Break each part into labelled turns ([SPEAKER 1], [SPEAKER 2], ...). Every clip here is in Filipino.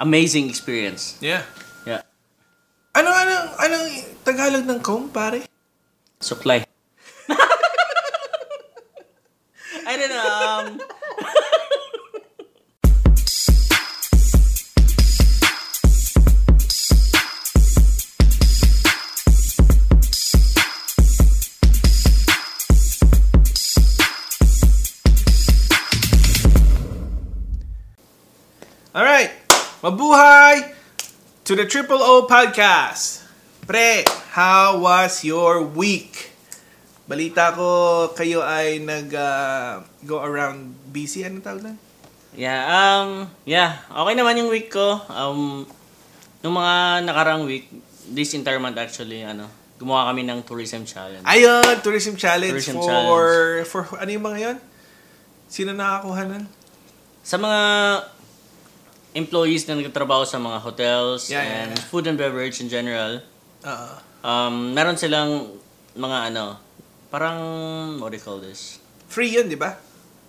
[SPEAKER 1] amazing experience.
[SPEAKER 2] Yeah.
[SPEAKER 1] Yeah.
[SPEAKER 2] Ano, anong, anong Tagalog ng comb, pare?
[SPEAKER 1] Suklay. I don't know. Um,
[SPEAKER 2] Alright. Mabuhay to the Triple O Podcast. Pre, how was your week? Balita ko kayo ay nag ah, go around busy. Ano tawag lang?
[SPEAKER 1] yeah, um, yeah. Okay naman yung week ko. Um, nung mga nakarang week, this entire month actually, ano, gumawa kami ng tourism challenge.
[SPEAKER 2] Ayun, Tourism Challenge
[SPEAKER 1] Tourism
[SPEAKER 2] for...
[SPEAKER 1] Challenge.
[SPEAKER 2] For ano yung mga yun? Sino nakakuha nun?
[SPEAKER 1] Sa mga employees na nagtatrabaho sa mga hotels
[SPEAKER 2] Yeah, yeah,
[SPEAKER 1] and
[SPEAKER 2] yeah.
[SPEAKER 1] food and beverage in general,
[SPEAKER 2] Oo.
[SPEAKER 1] um, meron silang mga ano, parang, what do you call this?
[SPEAKER 2] free yun, di ba?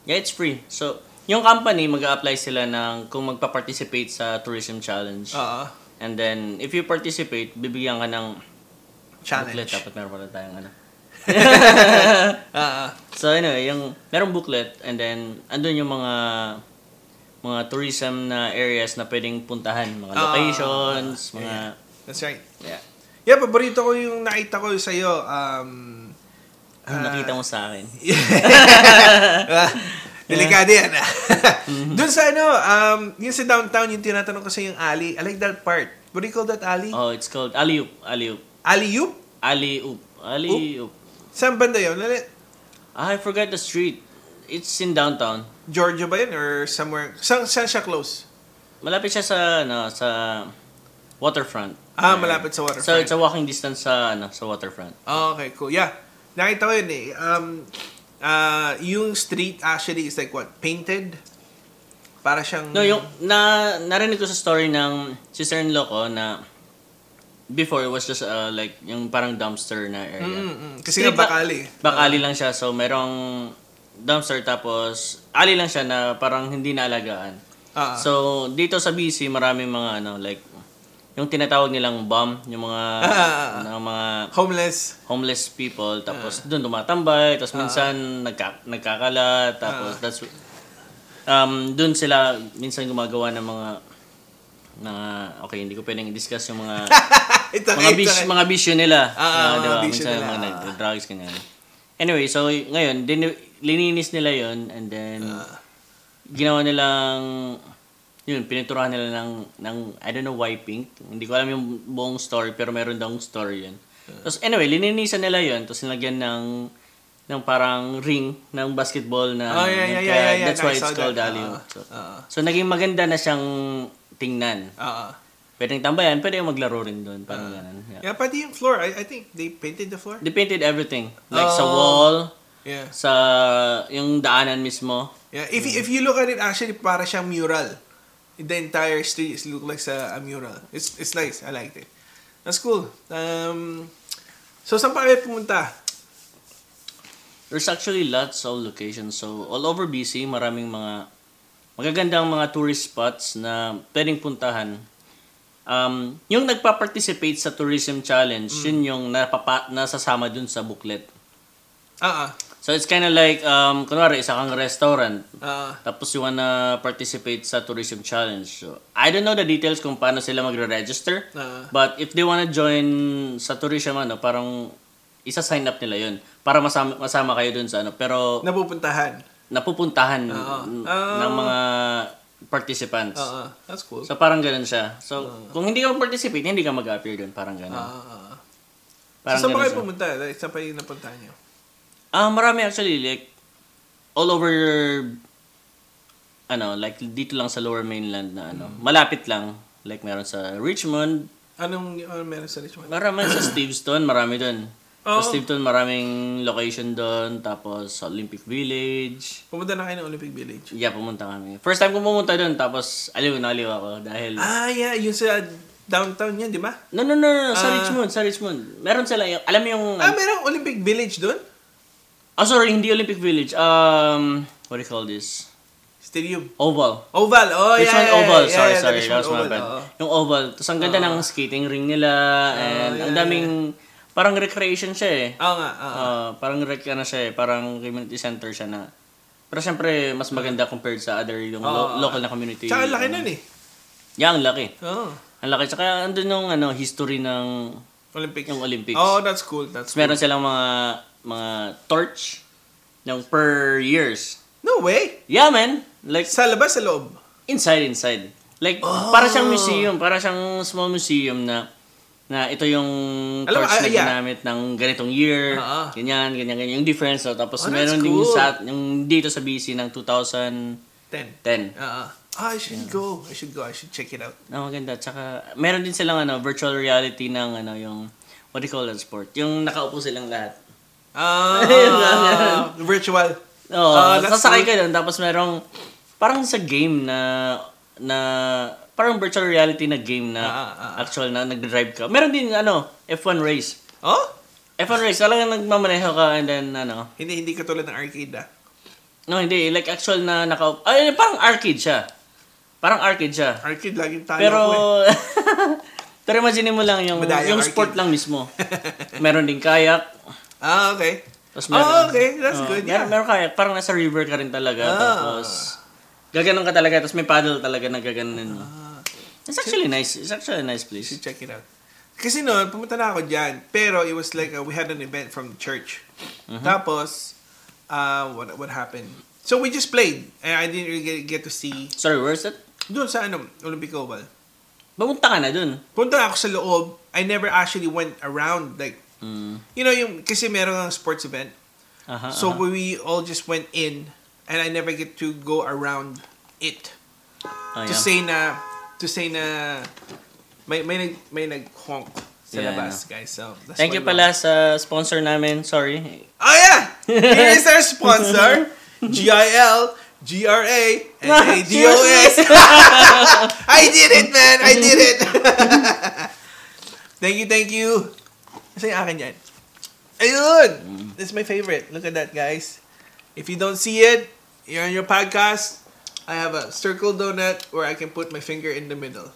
[SPEAKER 1] Yeah, it's free. So, yung company, mag apply sila ng kung magpa-participate sa tourism challenge.
[SPEAKER 2] Oo.
[SPEAKER 1] And then, if you participate, bibigyan ka ng booklet.
[SPEAKER 2] Challenge.
[SPEAKER 1] Dapat meron pala tayong ano.
[SPEAKER 2] Oo.
[SPEAKER 1] So, anyway, yung, merong booklet. And then, andun yung mga mga tourism na areas na pwedeng puntahan. Mga
[SPEAKER 2] Ah,
[SPEAKER 1] locations,
[SPEAKER 2] yeah,
[SPEAKER 1] mga...
[SPEAKER 2] That's right.
[SPEAKER 1] Yeah.
[SPEAKER 2] Yeah, paborito ko yung nakita ko sa'yo. Um,
[SPEAKER 1] Yung nakita mo sa akin.
[SPEAKER 2] ah, delikado yan. ah. Doon sa ano, um, yung sa downtown, yung tinatanong ko sa yung alley. I like that part. What do you call that alley?
[SPEAKER 1] Oh, it's called Aliup. Aliup.
[SPEAKER 2] Alley-oop?
[SPEAKER 1] Aliup. Aliup.
[SPEAKER 2] Saan banda yun? Ano, Lali-
[SPEAKER 1] Ah, I forgot the street. It's in downtown.
[SPEAKER 2] Georgia ba yun? Or somewhere? Saan, saan siya close?
[SPEAKER 1] Malapit siya sa ano sa waterfront.
[SPEAKER 2] Ah,
[SPEAKER 1] Yeah.
[SPEAKER 2] malapit sa waterfront.
[SPEAKER 1] So it's a walking distance sa ano sa waterfront.
[SPEAKER 2] Oh, okay, cool. Yeah. Nakita ko yun eh. Um, ah, yung street actually is like what? Painted? Para siyang...
[SPEAKER 1] No, yung na narinig ko sa story ng sister-in-law ko na before it was just uh, like yung parang dumpster na area.
[SPEAKER 2] Mm, mm. Kasi nga
[SPEAKER 1] Street ba-
[SPEAKER 2] bakali.
[SPEAKER 1] Bakali lang siya so merong dumpster tapos ali lang siya na parang hindi naalagaan.
[SPEAKER 2] Ah,
[SPEAKER 1] So dito sa BC maraming mga ano like yung tinatawag nilang bomb, yung mga
[SPEAKER 2] Ah, ah, ah.
[SPEAKER 1] ng mga
[SPEAKER 2] homeless.
[SPEAKER 1] homeless people
[SPEAKER 2] Ah.
[SPEAKER 1] tapos doon tumatambay tapos minsan nagka, nagkakalat
[SPEAKER 2] Ah.
[SPEAKER 1] tapos that's um doon sila minsan gumagawa ng mga na okay hindi ko pwedeng i-discuss yung mga
[SPEAKER 2] Ito,
[SPEAKER 1] mga bis mga bisyo nila
[SPEAKER 2] eh. Ah, ah,
[SPEAKER 1] Na,
[SPEAKER 2] mga
[SPEAKER 1] diba,
[SPEAKER 2] bisyo
[SPEAKER 1] minsan
[SPEAKER 2] nila,
[SPEAKER 1] mga
[SPEAKER 2] ah.
[SPEAKER 1] nag-drugs kanya anyway so y- ngayon din, lininis nila yon and then
[SPEAKER 2] Ah.
[SPEAKER 1] ginawa nilang yun pininturahan nila ng ng I don't know why pink hindi ko alam yung buong story pero meron daw story yun tapos anyway lininisan nila yun tapos nilagyan ng ng parang ring ng basketball na
[SPEAKER 2] Oh,
[SPEAKER 1] yun.
[SPEAKER 2] yeah, yeah,
[SPEAKER 1] Kaya
[SPEAKER 2] yeah, yeah, yeah.
[SPEAKER 1] that's why
[SPEAKER 2] I
[SPEAKER 1] it's
[SPEAKER 2] saw
[SPEAKER 1] called
[SPEAKER 2] that.
[SPEAKER 1] alley
[SPEAKER 2] Ah,
[SPEAKER 1] so,
[SPEAKER 2] ah.
[SPEAKER 1] so naging maganda na siyang tingnan
[SPEAKER 2] Oo.
[SPEAKER 1] pwedeng tambayan pwede maglaro rin doon parang
[SPEAKER 2] Uh-huh.
[SPEAKER 1] ganun yeah.
[SPEAKER 2] Yeah, pati yung floor. I, I think they painted the floor.
[SPEAKER 1] they painted everything like sa
[SPEAKER 2] Oh.
[SPEAKER 1] wall
[SPEAKER 2] Yeah.
[SPEAKER 1] sa yung daanan mismo
[SPEAKER 2] Yeah, if you- if you look at it actually para siyang mural. The entire street is look like sa a mural. It's it's nice. I liked it. That's cool. Um So saan pa kayo pumunta?
[SPEAKER 1] There's actually lots of locations. So, all over BC, maraming mga magagandang mga tourist spots na pwedeng puntahan. Um, yung nagpa-participate sa tourism challenge, yun yung napapa- nasasama dun sa booklet.
[SPEAKER 2] Ah, ah.
[SPEAKER 1] So, it's kind of like, um, kunwari, isa kang restaurant,
[SPEAKER 2] Ah,
[SPEAKER 1] tapos you wanna participate sa tourism challenge. So, I don't know the details kung paano sila magre-register.
[SPEAKER 2] Ah.
[SPEAKER 1] But if they wanna join sa tourism, ano, parang isa-sign up nila yun para masama, masama kayo dun sa ano. Pero
[SPEAKER 2] napupuntahan.
[SPEAKER 1] napupuntahan n-
[SPEAKER 2] Ah.
[SPEAKER 1] ng mga participants.
[SPEAKER 2] Ah, ah. That's cool.
[SPEAKER 1] So parang ganun siya. So kung hindi ka mag-participate, hindi ka mag-appear doon. Parang ganun.
[SPEAKER 2] Ah, ah.
[SPEAKER 1] parang
[SPEAKER 2] so, saan
[SPEAKER 1] ganun
[SPEAKER 2] pa kayo
[SPEAKER 1] siya.
[SPEAKER 2] pumunta? Like, saan pa yung napuntahan nyo?
[SPEAKER 1] Ah, marami actually like all over ano, like dito lang sa Lower Mainland na ano, malapit lang. Like meron sa Richmond,
[SPEAKER 2] Anong ano meron sa Richmond?
[SPEAKER 1] marami sa Steveston, marami doon.
[SPEAKER 2] Oh.
[SPEAKER 1] Sa Steveston, maraming location doon. Tapos sa Olympic Village.
[SPEAKER 2] Pumunta na kayo ng Olympic Village.
[SPEAKER 1] Yeah, pumunta kami. First time ko pumunta doon, tapos aliw na aliw ako dahil...
[SPEAKER 2] Ah, yeah. Yung sa downtown yan, di ba?
[SPEAKER 1] No, no, no, no, no, sa
[SPEAKER 2] Ah.
[SPEAKER 1] Richmond, sa Richmond. Meron sila, yung- alam mo yung... oh,
[SPEAKER 2] Ah, merong Olympic Village doon?
[SPEAKER 1] Ah, sorry, hindi Olympic Village. Um, what do you call this?
[SPEAKER 2] Stadium.
[SPEAKER 1] Oval.
[SPEAKER 2] Oval. Oh,
[SPEAKER 1] Richmond
[SPEAKER 2] yeah, yeah, yeah,
[SPEAKER 1] Oval,
[SPEAKER 2] yeah,
[SPEAKER 1] sorry, sorry,
[SPEAKER 2] yeah, the
[SPEAKER 1] that
[SPEAKER 2] Richmond
[SPEAKER 1] was my
[SPEAKER 2] Oval,
[SPEAKER 1] bad.
[SPEAKER 2] oo. Ah.
[SPEAKER 1] Yung Oval, tapos ang ganda ng skating ring nila, and
[SPEAKER 2] yeah,
[SPEAKER 1] ang daming, parang recreation siya eh.
[SPEAKER 2] Oo nga, oo.
[SPEAKER 1] Ah, parang rec ano siya eh, parang community center siya na. Pero siyempre, mas maganda compared sa other yung lo-
[SPEAKER 2] Oo.
[SPEAKER 1] local na community.
[SPEAKER 2] Ah. Tsaka laki nun eh.
[SPEAKER 1] Yeah, ang laki.
[SPEAKER 2] Oo.
[SPEAKER 1] Ang laki. Tsaka andun yung ano, history ng...
[SPEAKER 2] Olympics.
[SPEAKER 1] Yung Olympics.
[SPEAKER 2] Oh, that's cool.
[SPEAKER 1] Tapos
[SPEAKER 2] That's cool.
[SPEAKER 1] meron silang mga mga torch ng per years.
[SPEAKER 2] No way.
[SPEAKER 1] Yeah, man. Like,
[SPEAKER 2] Sa labas, sa loob.
[SPEAKER 1] inside, inside. Like, para siyang
[SPEAKER 2] Oh.
[SPEAKER 1] museum. Para siyang small museum na na ito yung
[SPEAKER 2] Alam mo,
[SPEAKER 1] torch
[SPEAKER 2] ah,
[SPEAKER 1] na
[SPEAKER 2] yeah.
[SPEAKER 1] ginamit ng ganitong year.
[SPEAKER 2] Oo.
[SPEAKER 1] Ganyan, ganyan, ganyan. Yung difference. So, tapos
[SPEAKER 2] Oh, that's
[SPEAKER 1] meron din yung,
[SPEAKER 2] cool.
[SPEAKER 1] sa, yung dito sa BC ng 2010.
[SPEAKER 2] Ten. Oo. Ah, I should go. I should go. I should check it out.
[SPEAKER 1] Oh, maganda. Tsaka, meron din silang ano, virtual reality ng ano, yung, what do you call that sport? Yung nakaupo silang lahat.
[SPEAKER 2] Ah, virtual.
[SPEAKER 1] Oo,
[SPEAKER 2] Ah, that's
[SPEAKER 1] sasakay ka
[SPEAKER 2] cool.
[SPEAKER 1] doon. Tapos merong, parang sa game na, na, parang virtual reality na game na
[SPEAKER 2] Ah, ah, ah.
[SPEAKER 1] actual na nag-drive ka. Meron din, ano, F1 race.
[SPEAKER 2] Oh?
[SPEAKER 1] F1 race, talagang nagmamaneho ka and then, ano,
[SPEAKER 2] Hindi, hindi katulad ng arcade ah.
[SPEAKER 1] no, hindi, like actual na nakaupo. Ay, ano, parang arcade siya. Parang arcade siya.
[SPEAKER 2] Arcade, laging tayo
[SPEAKER 1] Pero,
[SPEAKER 2] ko eh.
[SPEAKER 1] pero imagine mo lang yung,
[SPEAKER 2] Madaya
[SPEAKER 1] yung
[SPEAKER 2] arcade.
[SPEAKER 1] sport lang mismo. meron din kayak.
[SPEAKER 2] eh. Ah, okay.
[SPEAKER 1] Tapos meron,
[SPEAKER 2] Oh, okay. That's
[SPEAKER 1] Oo,
[SPEAKER 2] good.
[SPEAKER 1] Meron,
[SPEAKER 2] Yeah.
[SPEAKER 1] meron kayak. Parang nasa river ka rin talaga.
[SPEAKER 2] Ah.
[SPEAKER 1] Tapos, gaganon ka talaga. Tapos may paddle talaga na gaganon.
[SPEAKER 2] Ah.
[SPEAKER 1] It's actually nice. It's actually a nice place.
[SPEAKER 2] should check it out. Kasi noon, pumunta na ako dyan. Pero it was like, uh, we had an event from the church.
[SPEAKER 1] Mm-hmm.
[SPEAKER 2] Tapos, uh, what, what happened? So we just played. And I didn't really get, get to see.
[SPEAKER 1] Sorry, where's it?
[SPEAKER 2] Doon sa ano, Olympic Oval.
[SPEAKER 1] Bumunta ka na dun.
[SPEAKER 2] Punta ako sa loob. I never actually went around. Like,
[SPEAKER 1] Mm.
[SPEAKER 2] you know, yung, kasi meron ang sports event.
[SPEAKER 1] Aha,
[SPEAKER 2] So
[SPEAKER 1] aha.
[SPEAKER 2] we all just went in. And I never get to go around it.
[SPEAKER 1] Oh, yeah.
[SPEAKER 2] to say na to say na may may nag may nag honk sa
[SPEAKER 1] Yeah,
[SPEAKER 2] labas guys so that's
[SPEAKER 1] Thank you
[SPEAKER 2] why we-
[SPEAKER 1] pala sa sponsor namin. Sorry.
[SPEAKER 2] oh yeah here is our sponsor GIL GRA and ADOS I did it man I did it thank you thank you kasi akin yan ayun this is my favorite look at that guys if you don't see it you're on your podcast I have a circle donut where I can put my finger in the middle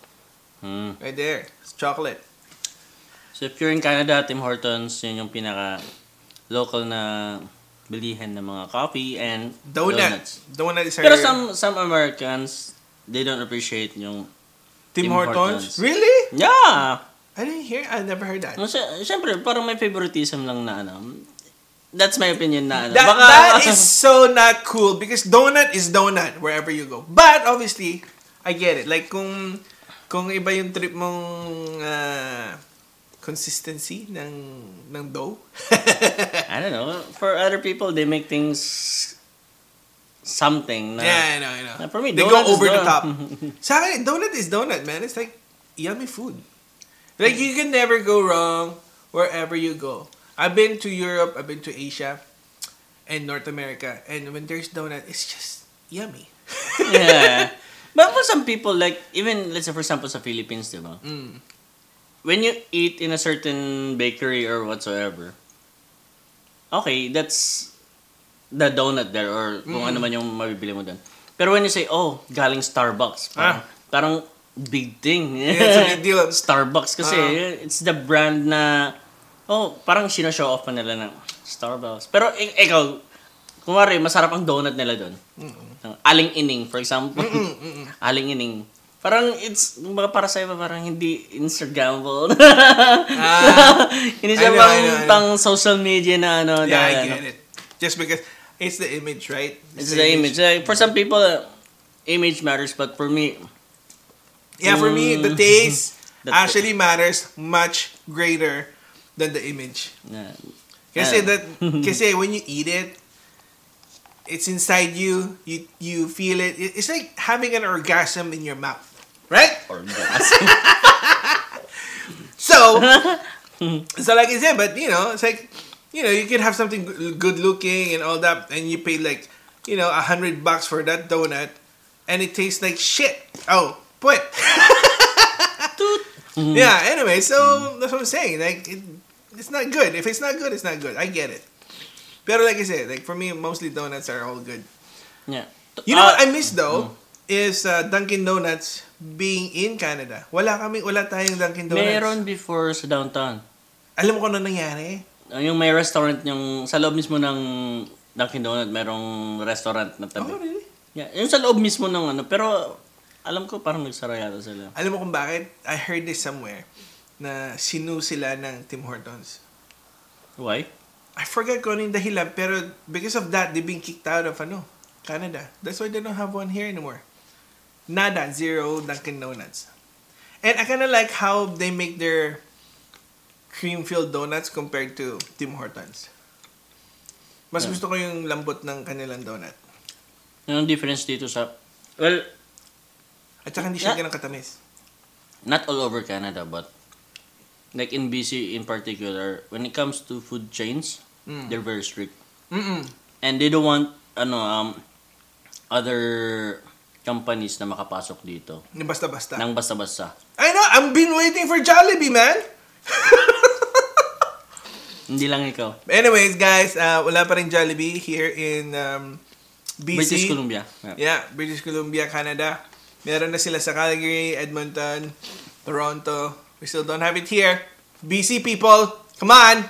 [SPEAKER 1] Mm.
[SPEAKER 2] Right there. It's chocolate.
[SPEAKER 1] So if you're in Canada, Tim Hortons, yun yung pinaka local na bilihan ng mga coffee and
[SPEAKER 2] Donut.
[SPEAKER 1] donuts.
[SPEAKER 2] Donut is
[SPEAKER 1] Pero
[SPEAKER 2] her-
[SPEAKER 1] some some Americans, they don't appreciate yung Tim
[SPEAKER 2] Tim,
[SPEAKER 1] Hortons.
[SPEAKER 2] Hortons. Really?
[SPEAKER 1] Yeah.
[SPEAKER 2] I didn't hear. I never heard that.
[SPEAKER 1] No, Ano, sy- syempre, parang may favoritism lang na ano. That's my opinion na ano.
[SPEAKER 2] That,
[SPEAKER 1] Baka-
[SPEAKER 2] that is so not cool because donut is donut wherever you go. But obviously, I get it. Like kung kung iba yung trip mong ah, consistency ng ng dough.
[SPEAKER 1] I don't know. For other people, they make things something na
[SPEAKER 2] yeah, I know, I know.
[SPEAKER 1] Nah, for me,
[SPEAKER 2] they go
[SPEAKER 1] donut is
[SPEAKER 2] over the
[SPEAKER 1] donut.
[SPEAKER 2] top. Sa akin, donut is donut, man. It's like yummy food.
[SPEAKER 1] Mm.
[SPEAKER 2] Like you can never go wrong wherever you go. I've been to Europe, I've been to Asia, and North America, and when there's donut, it's just yummy.
[SPEAKER 1] yeah. But for some people, like, even, let's say, for example, sa Philippines, di ba?
[SPEAKER 2] Mm.
[SPEAKER 1] When you eat in a certain bakery or whatsoever, okay, that's the donut there or kung
[SPEAKER 2] Mm-hmm.
[SPEAKER 1] ano man yung mabibili mo doon. Pero when you say, oh, galing Starbucks, parang,
[SPEAKER 2] Ah.
[SPEAKER 1] parang big thing.
[SPEAKER 2] Yeah, it's a big deal.
[SPEAKER 1] Starbucks kasi,
[SPEAKER 2] Ah.
[SPEAKER 1] it's the brand na, oh, parang sino-show off pa nila na Starbucks. Pero ik- ikaw, kumari, masarap ang donut nila doon.
[SPEAKER 2] Mm-hmm.
[SPEAKER 1] Aling ining, for example.
[SPEAKER 2] Mm,
[SPEAKER 1] Aling ining. Parang it's, kumbaga para sa iba, parang hindi Instagrammable. hindi siya pang,
[SPEAKER 2] Ah. I know, I know, I know.
[SPEAKER 1] pang social media na ano.
[SPEAKER 2] Yeah,
[SPEAKER 1] na,
[SPEAKER 2] I
[SPEAKER 1] ano.
[SPEAKER 2] get it. Just because it's the image, right?
[SPEAKER 1] It's the image. Like, for some people, uh, image matters, but for me,
[SPEAKER 2] Yeah, for me,
[SPEAKER 1] Mm.
[SPEAKER 2] the taste
[SPEAKER 1] The ta-
[SPEAKER 2] actually matters much greater than the image.
[SPEAKER 1] uh,
[SPEAKER 2] Kasi
[SPEAKER 1] Yeah.
[SPEAKER 2] that kasi when you eat it, it's inside you. You you feel it. It- It's like having an orgasm in your mouth, right? So, so like I said, but you know, it's like you know, you can have something good looking and all that, and you pay like you know a hundred bucks for that donut, and it tastes like shit. Oh, put. Yeah. Anyway, so that's what I'm saying. Like, it, it's not good. If it's not good, it's not good. I get it. But like I said, like for me, mostly donuts are all good.
[SPEAKER 1] yeah.
[SPEAKER 2] You know what
[SPEAKER 1] Ah,
[SPEAKER 2] I miss though is uh, Dunkin' Donuts being in Canada. Wala kami, wala tayong Dunkin' Donuts.
[SPEAKER 1] Meron before sa downtown.
[SPEAKER 2] Alam mo kung ano nangyari?
[SPEAKER 1] Ah, Yung may restaurant, yung sa loob mismo ng Dunkin' Donut, merong restaurant na tabi.
[SPEAKER 2] Oh, really?
[SPEAKER 1] Yeah, yung sa loob mismo ng ano, pero alam ko parang nagsara yata sila.
[SPEAKER 2] Alam mo kung bakit? I heard this somewhere na sinu sila ng Tim Hortons.
[SPEAKER 1] Why?
[SPEAKER 2] I forgot kung ano yung dahilan, pero because of that, they've been kicked out of ano, Canada. That's why they don't have one here anymore. Nada, zero Dunkin' Donuts. And I kind of like how they make their cream-filled donuts compared to Tim Hortons. Mas
[SPEAKER 1] Yeah.
[SPEAKER 2] gusto ko yung lambot ng kanilang donut.
[SPEAKER 1] Yung difference dito sa... Well,
[SPEAKER 2] At saka hindi siya
[SPEAKER 1] Yeah.
[SPEAKER 2] ganang katamis.
[SPEAKER 1] not all over Canada, but like in BC in particular, when it comes to food chains,
[SPEAKER 2] Mm.
[SPEAKER 1] they're very strict.
[SPEAKER 2] Mm-mm.
[SPEAKER 1] And they don't want ano um other companies na makapasok dito
[SPEAKER 2] Yung Basta-basta.
[SPEAKER 1] nang basta-basta.
[SPEAKER 2] I know, I've been waiting for Jollibee, man!
[SPEAKER 1] Hindi lang ikaw.
[SPEAKER 2] Anyways, guys, uh, wala pa rin Jollibee here in um, BC.
[SPEAKER 1] British Columbia. Yeah.
[SPEAKER 2] Yeah, British Columbia, Canada. Meron na sila sa Calgary, Edmonton, Toronto. We still don't have it here. BC people, come on!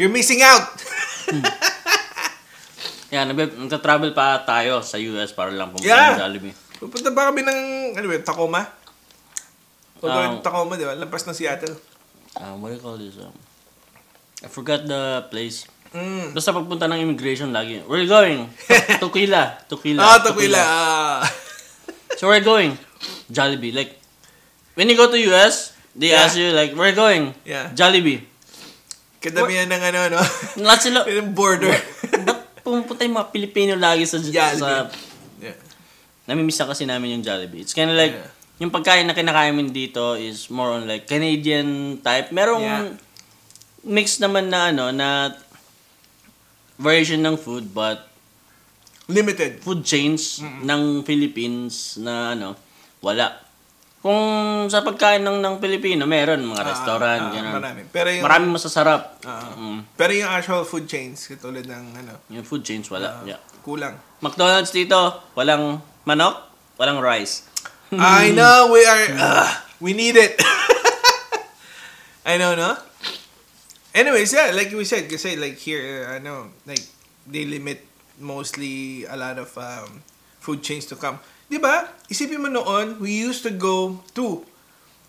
[SPEAKER 2] You're missing out!
[SPEAKER 1] Yeah, nagbe- nagta-travel pa tayo sa US para lang pumunta
[SPEAKER 2] Yeah.
[SPEAKER 1] ng Jollibee.
[SPEAKER 2] Pupunta ba kami ng, ano ba, yun, Tacoma? O
[SPEAKER 1] Ah.
[SPEAKER 2] Tacoma, di ba? Lampas ng Seattle.
[SPEAKER 1] Um, what do you call this? Um, I forgot the place.
[SPEAKER 2] Mm.
[SPEAKER 1] Basta pagpunta ng immigration lagi. Where you going? Tukila. Tukila.
[SPEAKER 2] Ah, Tacoma. Ah.
[SPEAKER 1] So where you going? Jollibee. Like, when you go to US, they
[SPEAKER 2] Yeah.
[SPEAKER 1] ask you like, where you going?
[SPEAKER 2] Yeah.
[SPEAKER 1] Jollibee.
[SPEAKER 2] Kadamihan ng ano, no?
[SPEAKER 1] Lahat sila,
[SPEAKER 2] Yung border.
[SPEAKER 1] ba't pumupunta yung mga Pilipino lagi sa... sa
[SPEAKER 2] Jollibee. yeah.
[SPEAKER 1] namimiss na kasi namin yung Jollibee. It's kind of like,
[SPEAKER 2] Yeah.
[SPEAKER 1] yung pagkain na kinakain min dito is more on like Canadian type. Merong
[SPEAKER 2] Yeah.
[SPEAKER 1] mix naman na ano, na version ng food but
[SPEAKER 2] Limited.
[SPEAKER 1] food chains ng Philippines na ano, wala. Kung sa pagkain ng, ng Pilipino, meron mga
[SPEAKER 2] Ah,
[SPEAKER 1] restaurant,
[SPEAKER 2] ah,
[SPEAKER 1] ganun.
[SPEAKER 2] marami. Pero yung,
[SPEAKER 1] Maraming masasarap.
[SPEAKER 2] Ah.
[SPEAKER 1] Mm,
[SPEAKER 2] pero yung actual food chains, katulad ng, ano,
[SPEAKER 1] yung food chains,
[SPEAKER 2] Ah.
[SPEAKER 1] wala. yeah.
[SPEAKER 2] kulang.
[SPEAKER 1] McDonald's dito, walang manok, walang rice.
[SPEAKER 2] I
[SPEAKER 1] Mm.
[SPEAKER 2] know we are. ugh, we need it. I know, no. Anyways, yeah, like we said, kasi like here, I know, like they limit mostly a lot of um, food chains to come. Di ba? Isipin mo noon, we used to go to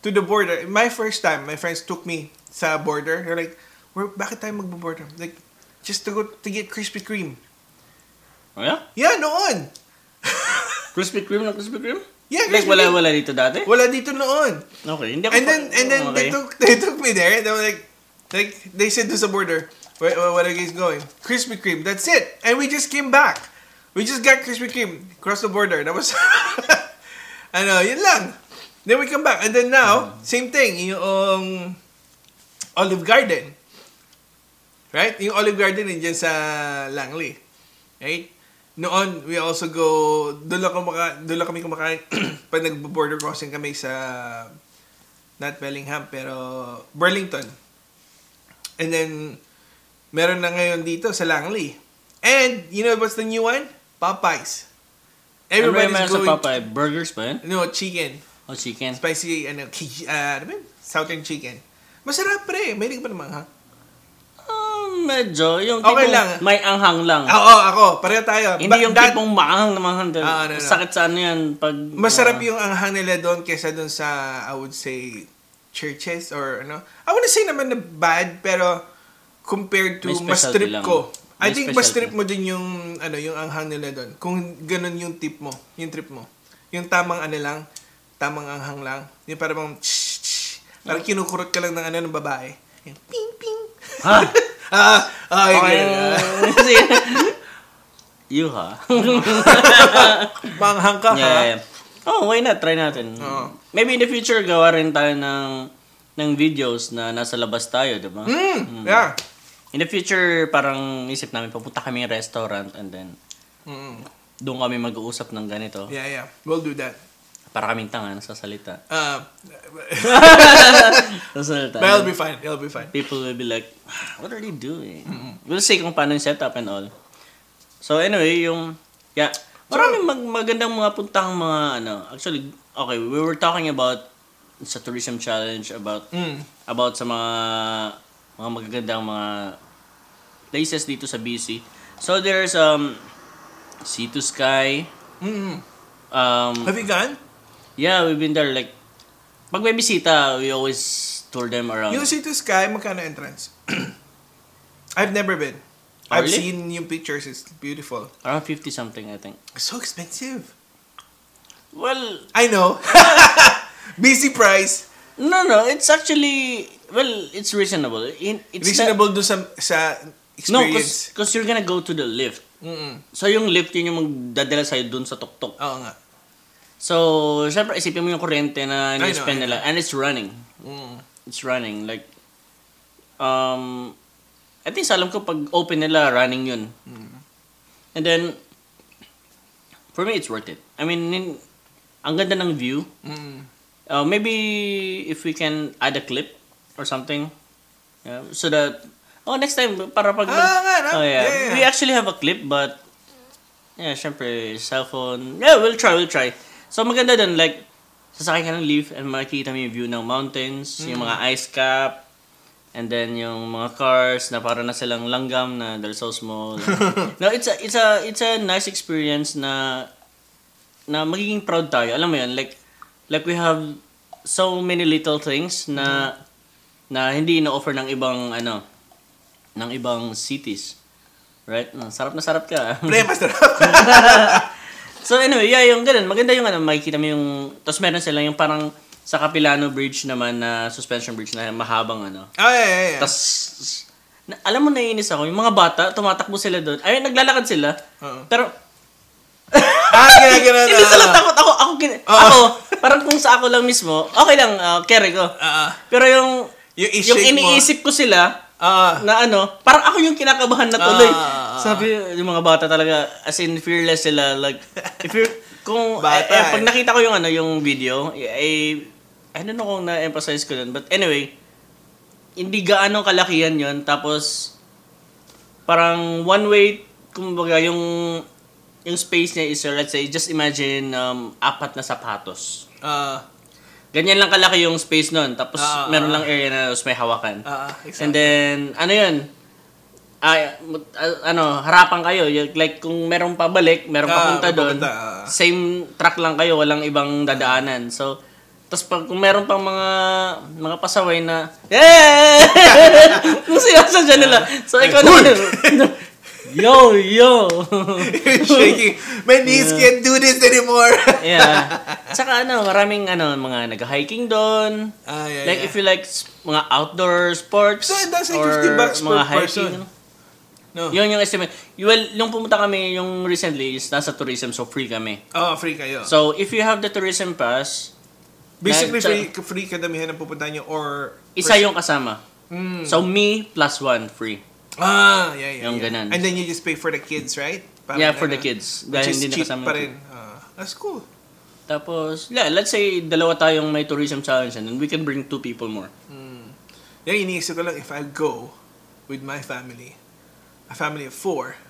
[SPEAKER 2] to the border. My first time, my friends took me sa border. They're like, Where, bakit tayo magbo-border? Like, just to go to get Krispy Kreme.
[SPEAKER 1] Oh, yeah?
[SPEAKER 2] Yeah, noon.
[SPEAKER 1] Krispy Kreme na Krispy Kreme?
[SPEAKER 2] Yeah,
[SPEAKER 1] like,
[SPEAKER 2] Krispy
[SPEAKER 1] wala,
[SPEAKER 2] Kreme.
[SPEAKER 1] wala dito dati?
[SPEAKER 2] Wala dito noon.
[SPEAKER 1] Okay, hindi ako...
[SPEAKER 2] And then and then
[SPEAKER 1] okay.
[SPEAKER 2] they took they took me there. They were like, like they said to the border, where, where, where are you guys going? Krispy Kreme. That's it. And we just came back. We just got Krispy Kreme across the border. That was, ano, yun lang. Then we come back. And then
[SPEAKER 1] Mm.
[SPEAKER 2] now, same thing. Yung um, Olive Garden. Right? Yung Olive Garden nandiyan sa Langley. Right? Noon, we also go, doon lang, kumaka, doon lang kami kumakain pag nag-border crossing kami sa not Bellingham, pero Burlington. And then, meron na ngayon dito sa Langley. And, you know what's the new one? Popeyes. Everybody's
[SPEAKER 1] Everybody's
[SPEAKER 2] going...
[SPEAKER 1] sa Popeye, burgers pa yun?
[SPEAKER 2] No, chicken.
[SPEAKER 1] O chicken?
[SPEAKER 2] Spicy, ano, ki- ah, ano ba yun? Southern chicken. Masarap pre. Mahilig pa naman, ha?
[SPEAKER 1] Um, medyo. Yung
[SPEAKER 2] Okay
[SPEAKER 1] tipong
[SPEAKER 2] lang.
[SPEAKER 1] may anghang lang.
[SPEAKER 2] Ah, Oo, ako. Pareho tayo.
[SPEAKER 1] hindi
[SPEAKER 2] Ba-
[SPEAKER 1] yung
[SPEAKER 2] that-
[SPEAKER 1] tipong maanghang na maanghang.
[SPEAKER 2] Ah, ano, ano.
[SPEAKER 1] Sakit sa ano yan pag...
[SPEAKER 2] Masarap yung anghang nila doon kesa doon sa, I would say, churches or ano. I wouldn't say naman na bad, pero compared
[SPEAKER 1] May
[SPEAKER 2] to mas
[SPEAKER 1] specialty
[SPEAKER 2] trip
[SPEAKER 1] lang.
[SPEAKER 2] ko. I
[SPEAKER 1] May
[SPEAKER 2] think mas
[SPEAKER 1] specialty.
[SPEAKER 2] trip mo din yung, ano, yung anghang nila doon. Kung ganun yung tip mo, yung trip mo. Yung tamang ano lang, tamang anghang lang. Yung parang bang, tsh, tsh. parang kinukurot ka lang ng ano, ng babae. Yung ping, ping.
[SPEAKER 1] Ha?
[SPEAKER 2] ah, ay,
[SPEAKER 1] Okay.
[SPEAKER 2] ganun.
[SPEAKER 1] you ha?
[SPEAKER 2] Maanghang ka, ha?
[SPEAKER 1] yeah, yeah. Oh, why not? Try natin.
[SPEAKER 2] Oo.
[SPEAKER 1] Maybe in the future, gawa rin tayo ng ng videos na nasa labas tayo, di ba?
[SPEAKER 2] Mm, yeah.
[SPEAKER 1] In the future, parang isip namin, papunta kami yung restaurant and then
[SPEAKER 2] Mm,
[SPEAKER 1] doon kami mag-uusap ng ganito.
[SPEAKER 2] yeah, yeah. We'll do that.
[SPEAKER 1] Para kaming tanga, nasasalita.
[SPEAKER 2] Uh,
[SPEAKER 1] Nasasalita.
[SPEAKER 2] But it'll be fine. It'll be fine.
[SPEAKER 1] people will be like, what are they
[SPEAKER 2] Mm-hmm.
[SPEAKER 1] doing? We'll see kung paano yung setup and all. So anyway, yung, yeah, Maraming mag- magandang mga puntahang mga ano. Actually, okay, we were talking about sa tourism challenge about
[SPEAKER 2] Mm.
[SPEAKER 1] about sa mga mga magagandang mga places dito sa BC. So there's um Sea to Sky.
[SPEAKER 2] Mm.
[SPEAKER 1] Um
[SPEAKER 2] Have you gone?
[SPEAKER 1] yeah, we've been there like pag may bisita, we always tour them around.
[SPEAKER 2] Yung Sea to Sky, magkano entrance? I've never been. I've
[SPEAKER 1] Really?
[SPEAKER 2] seen yung pictures. It's beautiful.
[SPEAKER 1] Around 50 something, I think.
[SPEAKER 2] It's so expensive.
[SPEAKER 1] Well,
[SPEAKER 2] I know. Busy price.
[SPEAKER 1] no no, it's actually well, it's reasonable. In it's not-
[SPEAKER 2] Reasonable do sa, sa
[SPEAKER 1] no,
[SPEAKER 2] experience.
[SPEAKER 1] cause you're gonna go to the lift.
[SPEAKER 2] Mm-mm.
[SPEAKER 1] So yung lift yun yung magdadala sa'yo dun sa tuktok.
[SPEAKER 2] Oo nga.
[SPEAKER 1] So, syempre isipin mo yung kuryente na
[SPEAKER 2] know,
[SPEAKER 1] ini-spend
[SPEAKER 2] I
[SPEAKER 1] nila. And it's running.
[SPEAKER 2] Mm.
[SPEAKER 1] It's running. Like, um, I think sa alam ko pag open nila, running yun.
[SPEAKER 2] Mm.
[SPEAKER 1] And then, for me, it's worth it. I mean, nin- ang ganda ng view.
[SPEAKER 2] Mm.
[SPEAKER 1] Uh, maybe if we can add a clip or something. Yeah, so that, oh, next time, para pag...
[SPEAKER 2] Ah, nga, na-
[SPEAKER 1] oh, yeah.
[SPEAKER 2] yeah, yeah.
[SPEAKER 1] We actually have a clip, but, yeah, syempre, cellphone. Yeah, we'll try, we'll try. So, maganda dun, like, sasakay ka ng leaf and makikita mo yung view ng mountains, yung
[SPEAKER 2] Hmm.
[SPEAKER 1] mga ice cap, and then yung mga cars na para na silang langgam na they're so small. no, it's a, it's a, it's a nice experience na na magiging proud tayo. Alam mo yun, like, like we have so many little things na na hindi ino-offer ng ibang ano ng ibang cities. Right? Mm, Sarap na sarap ka.
[SPEAKER 2] Pre, Pastor. Oh,
[SPEAKER 1] so anyway, yeah, yung ganun. Maganda yung ano, makikita mo yung... Tapos meron sila yung parang sa Capilano Bridge naman na suspension bridge na mahabang ano.
[SPEAKER 2] oh, yeah, yeah, yeah.
[SPEAKER 1] Tapos, na, alam mo, naiinis ako. Yung mga bata, tumatakbo sila doon. Ayun, naglalakad sila.
[SPEAKER 2] Oo.
[SPEAKER 1] Pero,
[SPEAKER 2] ah, ganun, ganun.
[SPEAKER 1] hindi sila
[SPEAKER 2] ah.
[SPEAKER 1] takot. Ako, ako, gin-
[SPEAKER 2] Oo.
[SPEAKER 1] ako, parang kung sa ako lang mismo, okay lang, ah, carry ko.
[SPEAKER 2] Ah, ah.
[SPEAKER 1] Pero yung,
[SPEAKER 2] yung i-shake
[SPEAKER 1] yung
[SPEAKER 2] mo.
[SPEAKER 1] iniisip ko sila,
[SPEAKER 2] Ah,
[SPEAKER 1] na ano, parang ako yung kinakabahan na tuloy.
[SPEAKER 2] Ah.
[SPEAKER 1] Sabi, yung mga bata talaga, as in fearless sila. Like, if you're, kung,
[SPEAKER 2] Bata,
[SPEAKER 1] eh, eh, pag
[SPEAKER 2] eh.
[SPEAKER 1] nakita ko yung ano, yung video, eh, I don't know kung na-emphasize ko dun. But anyway, hindi gaano kalakihan yon Tapos, parang one way, kumbaga, yung, yung space niya is, uh, let's say, just imagine, um, apat na sapatos.
[SPEAKER 2] ah,
[SPEAKER 1] Ganyan lang kalaki yung space nun. Tapos,
[SPEAKER 2] Ah, ah,
[SPEAKER 1] meron lang area na tapos may hawakan.
[SPEAKER 2] ah,
[SPEAKER 1] And
[SPEAKER 2] exactly.
[SPEAKER 1] then, ano yun? Ay, mut- ah, ano, harapan kayo. Y- Like, kung merong pabalik, merong
[SPEAKER 2] Ah,
[SPEAKER 1] papunta
[SPEAKER 2] may
[SPEAKER 1] doon,
[SPEAKER 2] papunta, ah.
[SPEAKER 1] same track lang kayo, walang ibang dadaanan. So, tapos pag kung meron pang mga mga pasaway na, yeah! Nung sinasadya nila. So, ikaw naman. yo, yo!
[SPEAKER 2] Shaking. My knees can't do this anymore.
[SPEAKER 1] yeah. Tsaka ano, maraming ano, mga nag-hiking doon.
[SPEAKER 2] ah, yeah,
[SPEAKER 1] Like
[SPEAKER 2] yeah.
[SPEAKER 1] if you like s- mga outdoor sports
[SPEAKER 2] So, that's like
[SPEAKER 1] or
[SPEAKER 2] 50 bucks per
[SPEAKER 1] mga hiking.
[SPEAKER 2] person. no.
[SPEAKER 1] Yun yung estimate. Well, yung pumunta kami yung recently is nasa tourism so free kami.
[SPEAKER 2] oh, free kayo.
[SPEAKER 1] So if you have the tourism pass,
[SPEAKER 2] Basically,
[SPEAKER 1] Like,
[SPEAKER 2] free, free kadamihan ang pupuntahan nyo or...
[SPEAKER 1] isa yung kasama.
[SPEAKER 2] Mm.
[SPEAKER 1] So me plus one free.
[SPEAKER 2] Ah, yeah, yeah.
[SPEAKER 1] Yung
[SPEAKER 2] yeah.
[SPEAKER 1] ganun.
[SPEAKER 2] And then you just pay for the kids, right? Parang
[SPEAKER 1] Yeah, for
[SPEAKER 2] ano,
[SPEAKER 1] the kids.
[SPEAKER 2] Which
[SPEAKER 1] Dahil
[SPEAKER 2] is
[SPEAKER 1] hindi
[SPEAKER 2] cheap
[SPEAKER 1] nakasama
[SPEAKER 2] pa
[SPEAKER 1] yung-
[SPEAKER 2] rin. Ah, that's cool.
[SPEAKER 1] Tapos, yeah, let's say dalawa tayong may tourism challenge and then we can bring two people more.
[SPEAKER 2] Yung iniisip ko lang, if I go with my family, a family of four,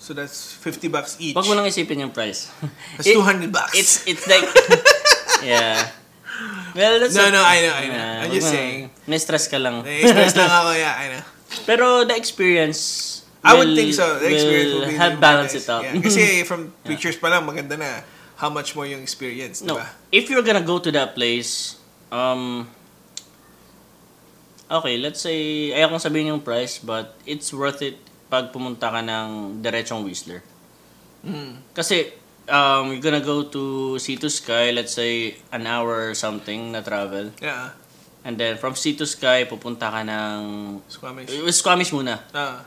[SPEAKER 2] so that's 50 bucks each.
[SPEAKER 1] Huwag mo lang isipin yung price.
[SPEAKER 2] That's
[SPEAKER 1] It-
[SPEAKER 2] 200 bucks.
[SPEAKER 1] It's it's like yeah. Well, that's
[SPEAKER 2] No,
[SPEAKER 1] a-
[SPEAKER 2] no, I know, I know.
[SPEAKER 1] Yeah,
[SPEAKER 2] I'm just
[SPEAKER 1] wag mo-
[SPEAKER 2] saying.
[SPEAKER 1] Na-stress ka lang.
[SPEAKER 2] Na-stress lang ako, yeah, I know.
[SPEAKER 1] Pero the experience
[SPEAKER 2] I
[SPEAKER 1] will-
[SPEAKER 2] would think so. The experience will be
[SPEAKER 1] help
[SPEAKER 2] really
[SPEAKER 1] balance
[SPEAKER 2] nice.
[SPEAKER 1] it out.
[SPEAKER 2] Yeah. Kasi from pictures pa lang, maganda na how much more yung experience,
[SPEAKER 1] no,
[SPEAKER 2] di ba?
[SPEAKER 1] if you're gonna go to that place, um, okay, let's say, ayaw kong sabihin yung price, but it's worth it pag pumunta ka ng diretsong Whistler.
[SPEAKER 2] Mm.
[SPEAKER 1] Kasi, um, you're gonna go to Sea to Sky, let's say, an hour or something na travel.
[SPEAKER 2] Yeah.
[SPEAKER 1] And then, from Sea to Sky, pupunta ka ng...
[SPEAKER 2] Squamish.
[SPEAKER 1] Uh, Squamish muna.
[SPEAKER 2] Ah.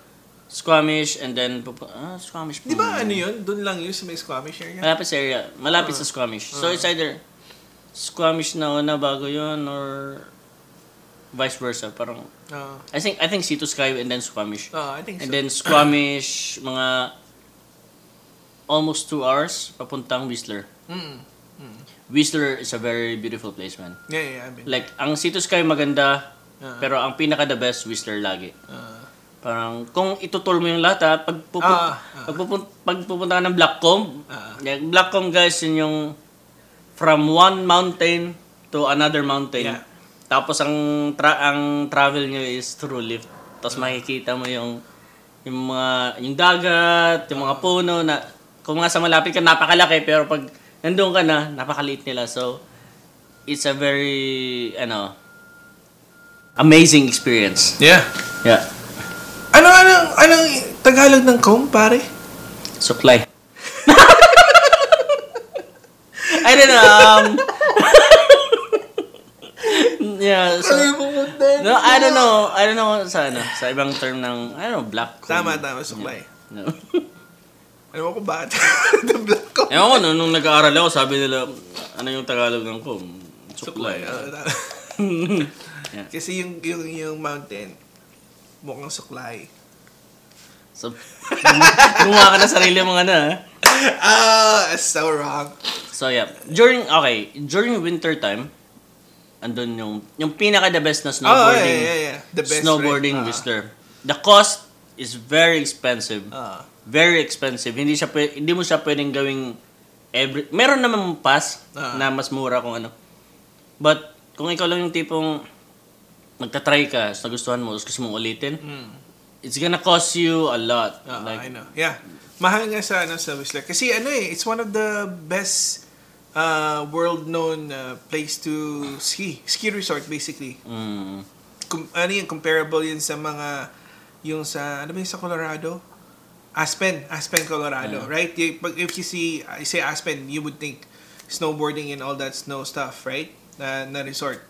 [SPEAKER 1] Squamish, and then... pupu- Ah, Squamish
[SPEAKER 2] Di ba
[SPEAKER 1] muna.
[SPEAKER 2] ano yun? Doon lang yun sa may Squamish area?
[SPEAKER 1] Malapit sa area. Malapit
[SPEAKER 2] Mm.
[SPEAKER 1] sa Squamish. So, it's either Squamish na una bago yun or vice versa. Parang,
[SPEAKER 2] Ah.
[SPEAKER 1] I think, I think Sea to Sky and then Squamish.
[SPEAKER 2] Ah, I think so.
[SPEAKER 1] And then Squamish, mga almost two hours papuntang Whistler.
[SPEAKER 2] Mm.
[SPEAKER 1] Whistler is a very beautiful place, man.
[SPEAKER 2] Yeah, yeah, I mean.
[SPEAKER 1] Like, ang Sea to Sky maganda,
[SPEAKER 2] Ah.
[SPEAKER 1] pero ang pinaka the best, Whistler lagi.
[SPEAKER 2] ah.
[SPEAKER 1] Parang, kung itutol mo yung lahat, ha, pagpupu-
[SPEAKER 2] Ah,
[SPEAKER 1] pagpupun- pagpupunta ka ng Blackcomb,
[SPEAKER 2] Ah.
[SPEAKER 1] yeah, Blackcomb guys, yun yung from one mountain to another mountain.
[SPEAKER 2] Yeah.
[SPEAKER 1] Tapos ang tra- ang travel nyo is through lift. Tapos makikita mo yung yung mga yung dagat, yung mga puno na kung nga sa malapit ka napakalaki pero pag nandun ka na napakaliit nila. So it's a very ano amazing experience.
[SPEAKER 2] Yeah.
[SPEAKER 1] Yeah.
[SPEAKER 2] Ano, anong, anong Tagalog ng comb, pare?
[SPEAKER 1] Suklay. I don't know. Um, yeah, so, no, I don't know. I don't know sa ano, sa ibang term ng, I don't know, black. comb.
[SPEAKER 2] Tama, tama, suklay.
[SPEAKER 1] No.
[SPEAKER 2] Alam mo kung bakit? The black comb.
[SPEAKER 1] Ewan ko, no, nung nag-aaral ako, sabi nila, ano yung Tagalog ng comb? Suklay. ah.
[SPEAKER 2] Oo, ah, tama. Kasi yung, yung, yung mountain, mukhang suklay.
[SPEAKER 1] so, gumawa ka na sarili mga na, ah.
[SPEAKER 2] Ah, so wrong.
[SPEAKER 1] So yeah, during okay, during winter time, andun yung yung pinaka the best na
[SPEAKER 2] Oh,
[SPEAKER 1] snowboarding.
[SPEAKER 2] yeah, yeah, yeah. The best
[SPEAKER 1] snowboarding
[SPEAKER 2] friend.
[SPEAKER 1] is there. The cost is very expensive.
[SPEAKER 2] Ah.
[SPEAKER 1] Very expensive. Hindi siya pwe- hindi mo siya pwedeng gawing every Meron naman pass
[SPEAKER 2] Ah.
[SPEAKER 1] na mas mura kung ano. But kung ikaw lang yung tipong magta-try ka, so nagustuhan mo, tapos gusto mong ulitin, it's gonna cost you a lot.
[SPEAKER 2] Hmm. Ah,
[SPEAKER 1] like,
[SPEAKER 2] I know. Yeah. Mahal nga sa ano sa Whistler. Kasi ano eh, it's one of the best uh, world known uh, place to ski. Ski resort basically.
[SPEAKER 1] mm,
[SPEAKER 2] Com- ano yun, comparable yun sa mga yung sa ano ba yun sa Colorado? Aspen, Aspen, Colorado, right? You, pag- if you see I say Aspen, you would think snowboarding and all that snow stuff, right? Na, na resort.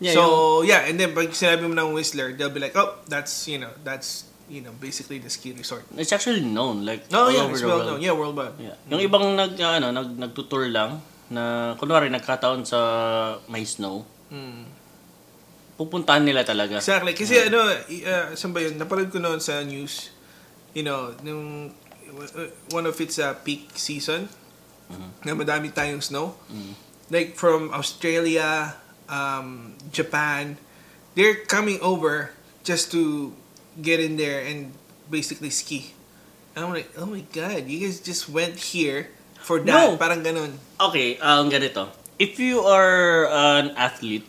[SPEAKER 1] yeah, yung-
[SPEAKER 2] so, yeah, and then pag sinabi mo ng Whistler, they'll be like, "Oh, that's, you know, that's, you know, basically the ski resort."
[SPEAKER 1] it's actually known like all
[SPEAKER 2] No, Oh, yeah,
[SPEAKER 1] over
[SPEAKER 2] it's
[SPEAKER 1] the
[SPEAKER 2] well
[SPEAKER 1] Oh, world.
[SPEAKER 2] known. Yeah, worldwide.
[SPEAKER 1] Yeah. Yung ibang nag ano nag nagtutour lang na kunwari nagkataon sa may snow,
[SPEAKER 2] Mm.
[SPEAKER 1] pupuntahan nila talaga.
[SPEAKER 2] Exactly. Kasi ano, i- uh, saan ba yun? Napanood ko noon sa news, you know, nung uh, one of its uh, peak season,
[SPEAKER 1] Mm-hmm.
[SPEAKER 2] na madami tayong snow. Like from Australia, um, Japan, they're coming over just to get in there and basically ski. And I'm like, oh my God, you guys just went here for that.
[SPEAKER 1] No.
[SPEAKER 2] Parang ganun.
[SPEAKER 1] Okay, ang ganito. If you are an athlete,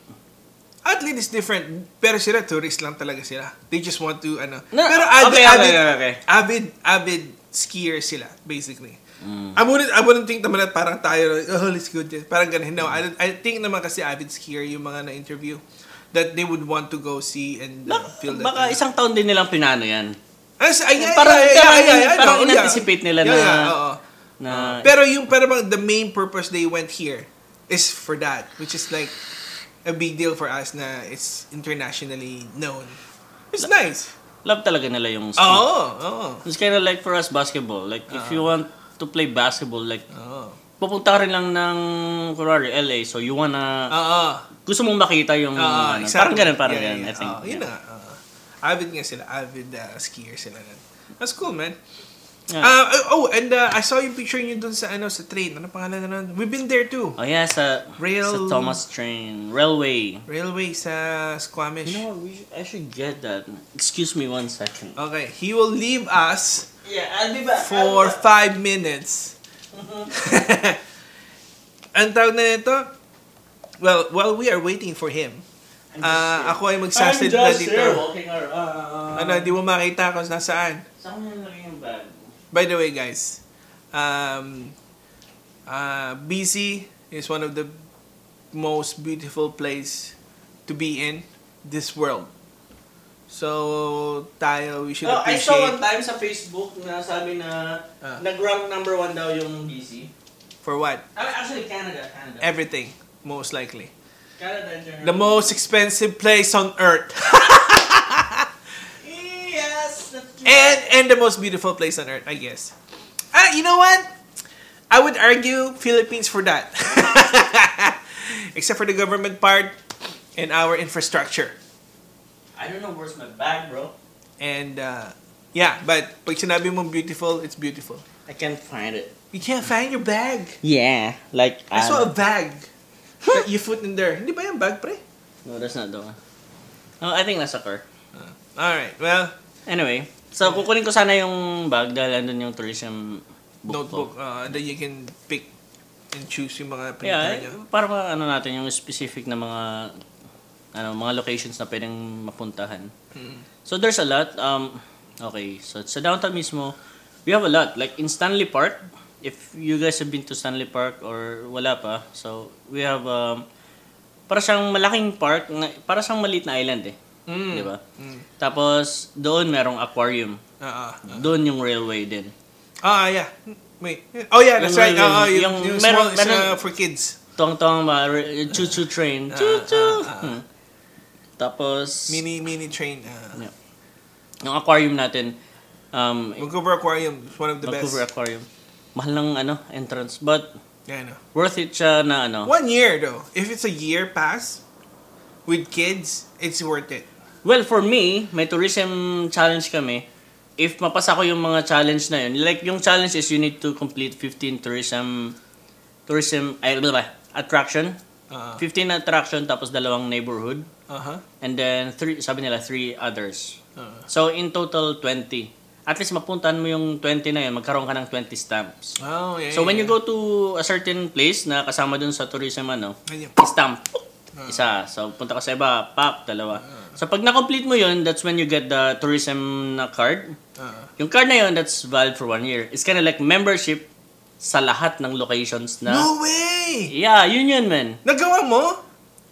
[SPEAKER 2] Athlete is different. Pero sila, tourist lang talaga sila. They just want to, ano.
[SPEAKER 1] No,
[SPEAKER 2] pero
[SPEAKER 1] okay,
[SPEAKER 2] avid,
[SPEAKER 1] okay,
[SPEAKER 2] avid,
[SPEAKER 1] okay, okay.
[SPEAKER 2] avid, avid skier sila, basically. I wouldn't, I wouldn't think naman na parang tayo, like, oh, let's go there. Parang ganun. No, I, don't- I think naman kasi avid skier yung mga na-interview that they would want to go see and uh,
[SPEAKER 1] bak-
[SPEAKER 2] feel that.
[SPEAKER 1] baka isang taon din nilang pinano 'yan.
[SPEAKER 2] As, ay, ay,
[SPEAKER 1] Parang-
[SPEAKER 2] ay, ay,
[SPEAKER 1] parang-
[SPEAKER 2] ay, ay, ay,
[SPEAKER 1] parang
[SPEAKER 2] no, yeah.
[SPEAKER 1] in-anticipate nila
[SPEAKER 2] Yeah,
[SPEAKER 1] na-
[SPEAKER 2] yeah, oo.
[SPEAKER 1] Na
[SPEAKER 2] Pero yung parang the main purpose they went here is for that, which is like a big deal for us na it's internationally known. It's nice.
[SPEAKER 1] love talaga nila yung
[SPEAKER 2] Oo,
[SPEAKER 1] sport.
[SPEAKER 2] oo,
[SPEAKER 1] It's kind of like for us basketball. Like if you want to play basketball like
[SPEAKER 2] oo.
[SPEAKER 1] pupunta ka rin lang ng kunwari LA so you wanna
[SPEAKER 2] Oo,
[SPEAKER 1] gusto mong makita yung
[SPEAKER 2] oo,
[SPEAKER 1] ano,
[SPEAKER 2] exactly.
[SPEAKER 1] parang ganun parang
[SPEAKER 2] Yeah,
[SPEAKER 1] ganun
[SPEAKER 2] yeah,
[SPEAKER 1] I think
[SPEAKER 2] oo, yun
[SPEAKER 1] yeah.
[SPEAKER 2] na nga, oo. Avid nga sila. Avid uh, skier sila. nun. That's cool, man.
[SPEAKER 1] Yeah.
[SPEAKER 2] Uh, oh, and uh, I saw yung picture niyo dun sa ano sa train. Ano pangalan na nun? We've been there too.
[SPEAKER 1] Oh yeah, sa,
[SPEAKER 2] Rail-
[SPEAKER 1] sa Thomas Train, Railway.
[SPEAKER 2] Railway sa Squamish.
[SPEAKER 1] You know what, we should, I should get that. Excuse me one second.
[SPEAKER 2] Okay, he will leave us
[SPEAKER 1] Yeah, I'll be back.
[SPEAKER 2] for five minutes. Ang tawag na nito, well, while we are waiting for him, ah,
[SPEAKER 1] uh,
[SPEAKER 2] ako ay magsasalita dito.
[SPEAKER 1] walking around. Ah,
[SPEAKER 2] Ano, di mo makita kung nasaan.
[SPEAKER 1] Saan mo nalagay yung bag?
[SPEAKER 2] By the way, guys, um, uh, BC is one of the most beautiful place to be in this world. So, tayo, we should
[SPEAKER 1] Oh, I saw one
[SPEAKER 2] appreciate
[SPEAKER 1] time sa Facebook na sabi na
[SPEAKER 2] Ah.
[SPEAKER 1] nag-rank number one daw yung BC.
[SPEAKER 2] for what?
[SPEAKER 1] I mean, actually, Canada. Canada.
[SPEAKER 2] Everything, most likely.
[SPEAKER 1] Canada in general.
[SPEAKER 2] The most expensive place on earth.
[SPEAKER 1] Yes! that's true.
[SPEAKER 2] and and the most beautiful place on earth, I guess. Ah, you know what? I would argue Philippines for that. Except for the government part and our infrastructure.
[SPEAKER 1] I don't know where's my bag, bro.
[SPEAKER 2] And uh, yeah, but pag sinabi mong beautiful, it's beautiful.
[SPEAKER 1] I can't find it.
[SPEAKER 2] You can't find your bag.
[SPEAKER 1] Yeah, like um,
[SPEAKER 2] I saw a bag that you put in there. Hindi ba yung bag, pre?
[SPEAKER 1] No, Oh, that's not the one. No, I think that's a car.
[SPEAKER 2] Alright, well,
[SPEAKER 1] Anyway, so kukunin ko sana yung bag dahil andun yung tourism book
[SPEAKER 2] notebook.
[SPEAKER 1] ko.
[SPEAKER 2] Uh, and then you can pick and choose yung mga
[SPEAKER 1] Yeah,
[SPEAKER 2] pinuntahan
[SPEAKER 1] eh,
[SPEAKER 2] nyo.
[SPEAKER 1] para ma- ano natin yung specific na mga ano mga locations na pwedeng mapuntahan.
[SPEAKER 2] Mm-hmm.
[SPEAKER 1] So there's a lot um okay, so sa downtown mismo, we have a lot like in Stanley Park. If you guys have been to Stanley Park or wala pa, so we have um para siyang malaking park, na, para siyang maliit na island eh,
[SPEAKER 2] Mm.
[SPEAKER 1] 'di ba?
[SPEAKER 2] Mm.
[SPEAKER 1] Tapos doon merong aquarium.
[SPEAKER 2] Ah, ah.
[SPEAKER 1] Doon yung railway din.
[SPEAKER 2] Ah, yeah. Wait. Oh, yeah, that's
[SPEAKER 1] Yung-
[SPEAKER 2] right. Oo, yung, yung,
[SPEAKER 1] yung-
[SPEAKER 2] small,
[SPEAKER 1] meron-
[SPEAKER 2] is, uh,
[SPEAKER 1] meron-
[SPEAKER 2] for kids.
[SPEAKER 1] Tuwang-tuwang ba, re- choo-choo train. Choo-choo! Hmm. Tapos,
[SPEAKER 2] Ah, Mini, mini train. Uh,
[SPEAKER 1] yung aquarium natin, um,
[SPEAKER 2] Vancouver Aquarium is one of the
[SPEAKER 1] Vancouver
[SPEAKER 2] best.
[SPEAKER 1] Aquarium. Mahal ng ano, entrance. But,
[SPEAKER 2] Yeah, I know.
[SPEAKER 1] worth it siya na ano.
[SPEAKER 2] One year, though. If it's a year pass with kids, it's worth it.
[SPEAKER 1] Well, for me, may tourism challenge kami. If mapasa ko yung mga challenge na yun, like yung challenge is you need to complete 15 tourism, tourism, ay, blah, blah, attraction.
[SPEAKER 2] Uh,
[SPEAKER 1] 15 na attraction, tapos dalawang neighborhood.
[SPEAKER 2] uh-huh.
[SPEAKER 1] And then, three, sabi nila, three others.
[SPEAKER 2] Uh,
[SPEAKER 1] So, in total, 20. At least mapuntahan mo yung 20 na yun, magkaroon ka ng 20 stamps.
[SPEAKER 2] oh, yeah.
[SPEAKER 1] So, when you go to a certain place na kasama dun sa tourism, ano,
[SPEAKER 2] Ayun.
[SPEAKER 1] stamp. Isa. So, punta ka sa iba, pop, dalawa. So, pag na-complete mo yun, that's when you get the tourism na card.
[SPEAKER 2] Uh,
[SPEAKER 1] Yung card na yun, that's valid for one year. It's kind of like membership sa lahat ng locations na...
[SPEAKER 2] no way!
[SPEAKER 1] Yeah, yun yun, man.
[SPEAKER 2] Nagawa mo?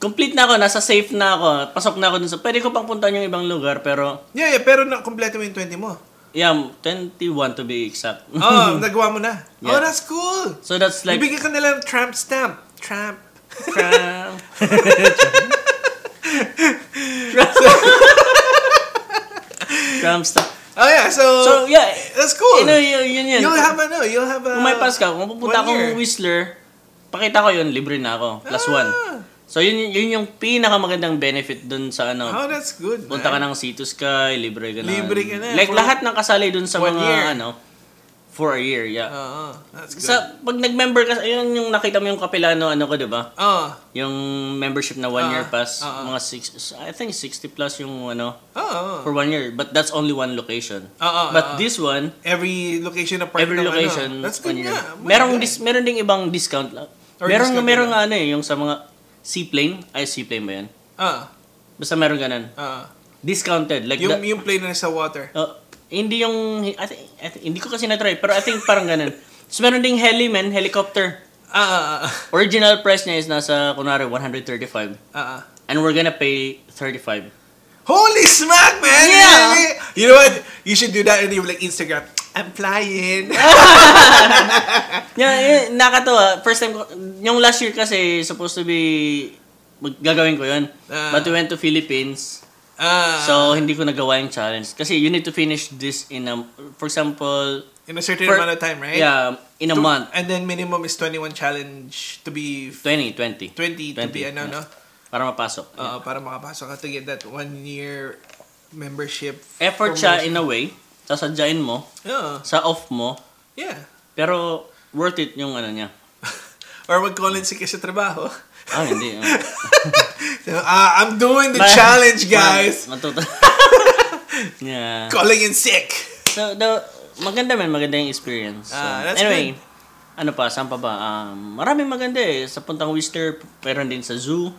[SPEAKER 1] Complete na ako, nasa safe na ako, pasok na ako dun sa... Pwede ko pang puntahan yung ibang lugar, pero...
[SPEAKER 2] Yeah, yeah, pero na kompleto mo yung 20 mo.
[SPEAKER 1] Yeah, 21 to be exact.
[SPEAKER 2] Oh, nagawa mo na. Oh,
[SPEAKER 1] Yeah.
[SPEAKER 2] that's cool.
[SPEAKER 1] so that's like...
[SPEAKER 2] Ibigay ka nila ng tramp stamp. Tramp.
[SPEAKER 1] Tram. Tram stop.
[SPEAKER 2] Oh, yeah, so,
[SPEAKER 1] So, yeah.
[SPEAKER 2] that's cool.
[SPEAKER 1] You know, yun, yun yun.
[SPEAKER 2] you'll have a, no, you'll have a...
[SPEAKER 1] Kung may pass ka, kung pupunta
[SPEAKER 2] one year.
[SPEAKER 1] akong Whistler, pakita ko yun, libre na ako. Plus
[SPEAKER 2] Ah.
[SPEAKER 1] one. So, yun, yun yung pinakamagandang benefit dun sa ano.
[SPEAKER 2] Oh, that's good, man.
[SPEAKER 1] Punta ka ng Sea to Sky, libre ka na.
[SPEAKER 2] Libre ka na.
[SPEAKER 1] Like,
[SPEAKER 2] For-
[SPEAKER 1] lahat ng kasali dun sa
[SPEAKER 2] One
[SPEAKER 1] mga
[SPEAKER 2] year.
[SPEAKER 1] ano, for a year, yeah.
[SPEAKER 2] Oo, Oh, that's good.
[SPEAKER 1] sa, pag nag-member ka, yun yung nakita mo yung kapilano, ano ko, di ba?
[SPEAKER 2] oh,
[SPEAKER 1] Yung membership na one
[SPEAKER 2] Ah,
[SPEAKER 1] year pass,
[SPEAKER 2] ah, ah.
[SPEAKER 1] mga six, I think 60 plus yung ano,
[SPEAKER 2] oh, oh.
[SPEAKER 1] for one year. But that's only one location.
[SPEAKER 2] Ah, ah,
[SPEAKER 1] But
[SPEAKER 2] ah, ah.
[SPEAKER 1] this one,
[SPEAKER 2] Every location apart
[SPEAKER 1] every
[SPEAKER 2] ng ano.
[SPEAKER 1] location,
[SPEAKER 2] That's good
[SPEAKER 1] one year.
[SPEAKER 2] nga.
[SPEAKER 1] Merong,
[SPEAKER 2] Good.
[SPEAKER 1] dis, meron ding ibang discount lang.
[SPEAKER 2] Or
[SPEAKER 1] Merong,
[SPEAKER 2] discount
[SPEAKER 1] merong
[SPEAKER 2] nila.
[SPEAKER 1] ano eh, yung sa mga seaplane, ay seaplane ba yan?
[SPEAKER 2] Ah,
[SPEAKER 1] Basta meron ganun.
[SPEAKER 2] ah.
[SPEAKER 1] Discounted. Like
[SPEAKER 2] Yung,
[SPEAKER 1] the-
[SPEAKER 2] yung plane na sa water.
[SPEAKER 1] Oh, hindi yung, I think, I think- hindi ko kasi na-try, pero I think parang ganun. Tapos meron ding heli, man, helicopter.
[SPEAKER 2] Ah, ah, ah,
[SPEAKER 1] Original price niya is nasa, kunwari, 135.
[SPEAKER 2] ah, ah.
[SPEAKER 1] And we're gonna pay 35.
[SPEAKER 2] Holy smack, man!
[SPEAKER 1] Yeah.
[SPEAKER 2] You know what? You should do that and you like Instagram. I'm flying.
[SPEAKER 1] Yeah, yeah, nakakatawa. First time ko, yung last year kasi, supposed to be, mag- gagawin ko yun.
[SPEAKER 2] Ah.
[SPEAKER 1] But we went to Philippines.
[SPEAKER 2] Ah,
[SPEAKER 1] So, hindi ko nagawa yung challenge. Kasi you need to finish this in a, for example,
[SPEAKER 2] in a certain
[SPEAKER 1] for-
[SPEAKER 2] amount of time, right?
[SPEAKER 1] yeah, in a
[SPEAKER 2] To-
[SPEAKER 1] month.
[SPEAKER 2] And then minimum is 21 challenge to be
[SPEAKER 1] 20, 20.
[SPEAKER 2] 20, to
[SPEAKER 1] 20,
[SPEAKER 2] be ano,
[SPEAKER 1] yeah.
[SPEAKER 2] no?
[SPEAKER 1] Para mapasok.
[SPEAKER 2] Uh, para makapasok ka to get that one year membership.
[SPEAKER 1] Effort siya in a way. Sasadyain mo.
[SPEAKER 2] Yeah.
[SPEAKER 1] Sa off mo.
[SPEAKER 2] yeah.
[SPEAKER 1] Pero, worth it yung ano niya.
[SPEAKER 2] Or mag-call in sick sa trabaho.
[SPEAKER 1] Ah, hindi. ah.
[SPEAKER 2] So, ah, I'm doing the
[SPEAKER 1] Ma-
[SPEAKER 2] challenge,
[SPEAKER 1] ma-
[SPEAKER 2] guys.
[SPEAKER 1] Matuto. yeah.
[SPEAKER 2] Calling in sick.
[SPEAKER 1] So, the, maganda man, maganda yung experience. So,
[SPEAKER 2] Ah, that's
[SPEAKER 1] anyway, ano pa, saan pa ba? Um, maraming maganda eh. Sa puntang Whistler, meron din sa zoo.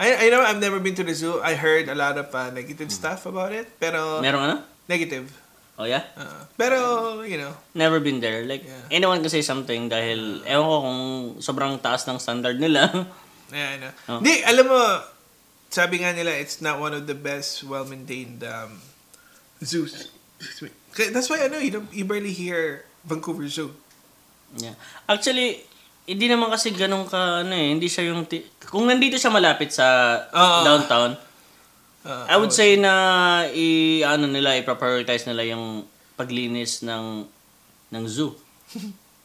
[SPEAKER 2] I, I know I've never been to the zoo. I heard a lot of uh, negative
[SPEAKER 1] Mm.
[SPEAKER 2] stuff about it. Pero,
[SPEAKER 1] Meron ano?
[SPEAKER 2] negative.
[SPEAKER 1] Oh yeah?
[SPEAKER 2] Uh, pero, you know.
[SPEAKER 1] Never been there. Like,
[SPEAKER 2] Yeah.
[SPEAKER 1] anyone can say something dahil, ewan ko kung sobrang taas ng standard nila.
[SPEAKER 2] Yeah, I know.
[SPEAKER 1] Oh.
[SPEAKER 2] Di, alam mo, sabi nga nila, it's not one of the best well-maintained um, zoos. Excuse me. Kaya- That's why, ano, you, don't, you barely hear Vancouver Zoo.
[SPEAKER 1] yeah. Actually, hindi naman kasi ganun ka, ano eh, hindi siya yung, ti- kung nandito siya malapit sa
[SPEAKER 2] Ah.
[SPEAKER 1] downtown,
[SPEAKER 2] Uh,
[SPEAKER 1] I would say na i ano nila i-prioritize nila yung paglinis ng ng zoo.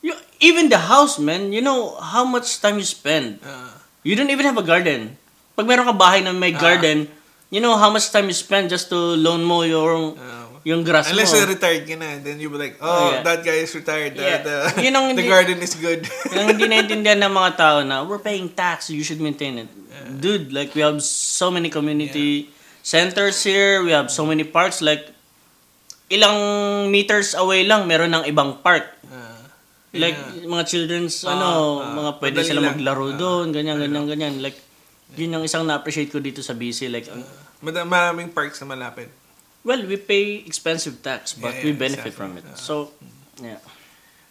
[SPEAKER 1] you, even the house, man, you know how much time you spend.
[SPEAKER 2] uh,
[SPEAKER 1] You don't even have a garden. Pag meron ka bahay na
[SPEAKER 2] Ah.
[SPEAKER 1] may garden, you know how much time you spend just to lawn mow your
[SPEAKER 2] uh,
[SPEAKER 1] yung grass
[SPEAKER 2] unless
[SPEAKER 1] mo.
[SPEAKER 2] you're retired ka na, then you'll be like, oh,
[SPEAKER 1] Oh, yeah.
[SPEAKER 2] that guy is retired. The,
[SPEAKER 1] Yeah.
[SPEAKER 2] the,
[SPEAKER 1] Yun ang
[SPEAKER 2] the
[SPEAKER 1] hindi-
[SPEAKER 2] garden is good.
[SPEAKER 1] Yung hindi naiintindihan ng mga tao na we're paying tax, you should maintain it. Dude, like we have so many community centers here. We have so many parks. Like, ilang meters away lang, meron ng ibang park.
[SPEAKER 2] Ah.
[SPEAKER 1] Like,
[SPEAKER 2] Yeah.
[SPEAKER 1] mga children's,
[SPEAKER 2] Ah,
[SPEAKER 1] ano,
[SPEAKER 2] ah,
[SPEAKER 1] mga pwede
[SPEAKER 2] madali
[SPEAKER 1] sila
[SPEAKER 2] lang.
[SPEAKER 1] maglaro
[SPEAKER 2] Ah,
[SPEAKER 1] doon, ganyan, ganyan, ganyan. Like, yun yung isang na-appreciate ko dito sa BC. Like,
[SPEAKER 2] Ah.
[SPEAKER 1] ang-
[SPEAKER 2] Mad- maraming parks na malapit.
[SPEAKER 1] well, we pay expensive tax, but
[SPEAKER 2] Yeah,
[SPEAKER 1] we
[SPEAKER 2] yeah,
[SPEAKER 1] benefit from
[SPEAKER 2] exactly. Ah.
[SPEAKER 1] it. So, yeah.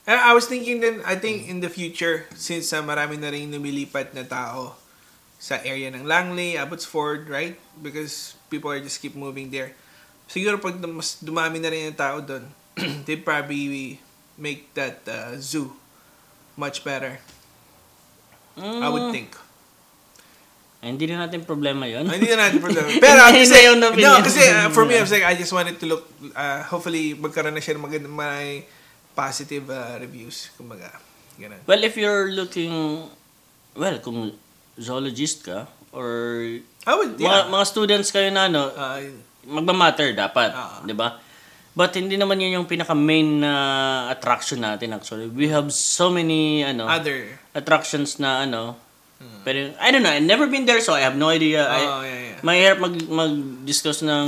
[SPEAKER 2] And Eh, I was thinking then, I think in the future, since uh, marami na rin lumilipat na tao sa area ng Langley, Abbotsford, right? Because people are just keep moving there. Siguro pag dum- mas dumami na rin yung tao doon, they probably make that uh, zoo much better, I
[SPEAKER 1] Mm,
[SPEAKER 2] would think.
[SPEAKER 1] Hindi na natin problema yon.
[SPEAKER 2] Ay, hindi na natin problema. Pero I'm just
[SPEAKER 1] Hindi na Mm.
[SPEAKER 2] saying,
[SPEAKER 1] yun
[SPEAKER 2] no,
[SPEAKER 1] opinion.
[SPEAKER 2] kasi uh, for me, I'm saying, I just wanted to look, uh, hopefully, magkaroon na siya ng magandang may positive uh, reviews. Kumbaga, ganun.
[SPEAKER 1] Well, if you're looking, well, kung zoologist ka, or
[SPEAKER 2] I would,
[SPEAKER 1] mga,
[SPEAKER 2] yeah.
[SPEAKER 1] mga students kayo na, ano,
[SPEAKER 2] Uh,
[SPEAKER 1] magmamatter dapat,
[SPEAKER 2] Ah.
[SPEAKER 1] 'di ba? But hindi naman 'yun yung pinaka main na attraction natin actually. We have so many ano
[SPEAKER 2] other.
[SPEAKER 1] attractions na ano.
[SPEAKER 2] Hmm.
[SPEAKER 1] Pero I don't know, I've never been there so I have no idea. I,
[SPEAKER 2] oh, yeah, yeah.
[SPEAKER 1] mahirap mag mag-discuss ng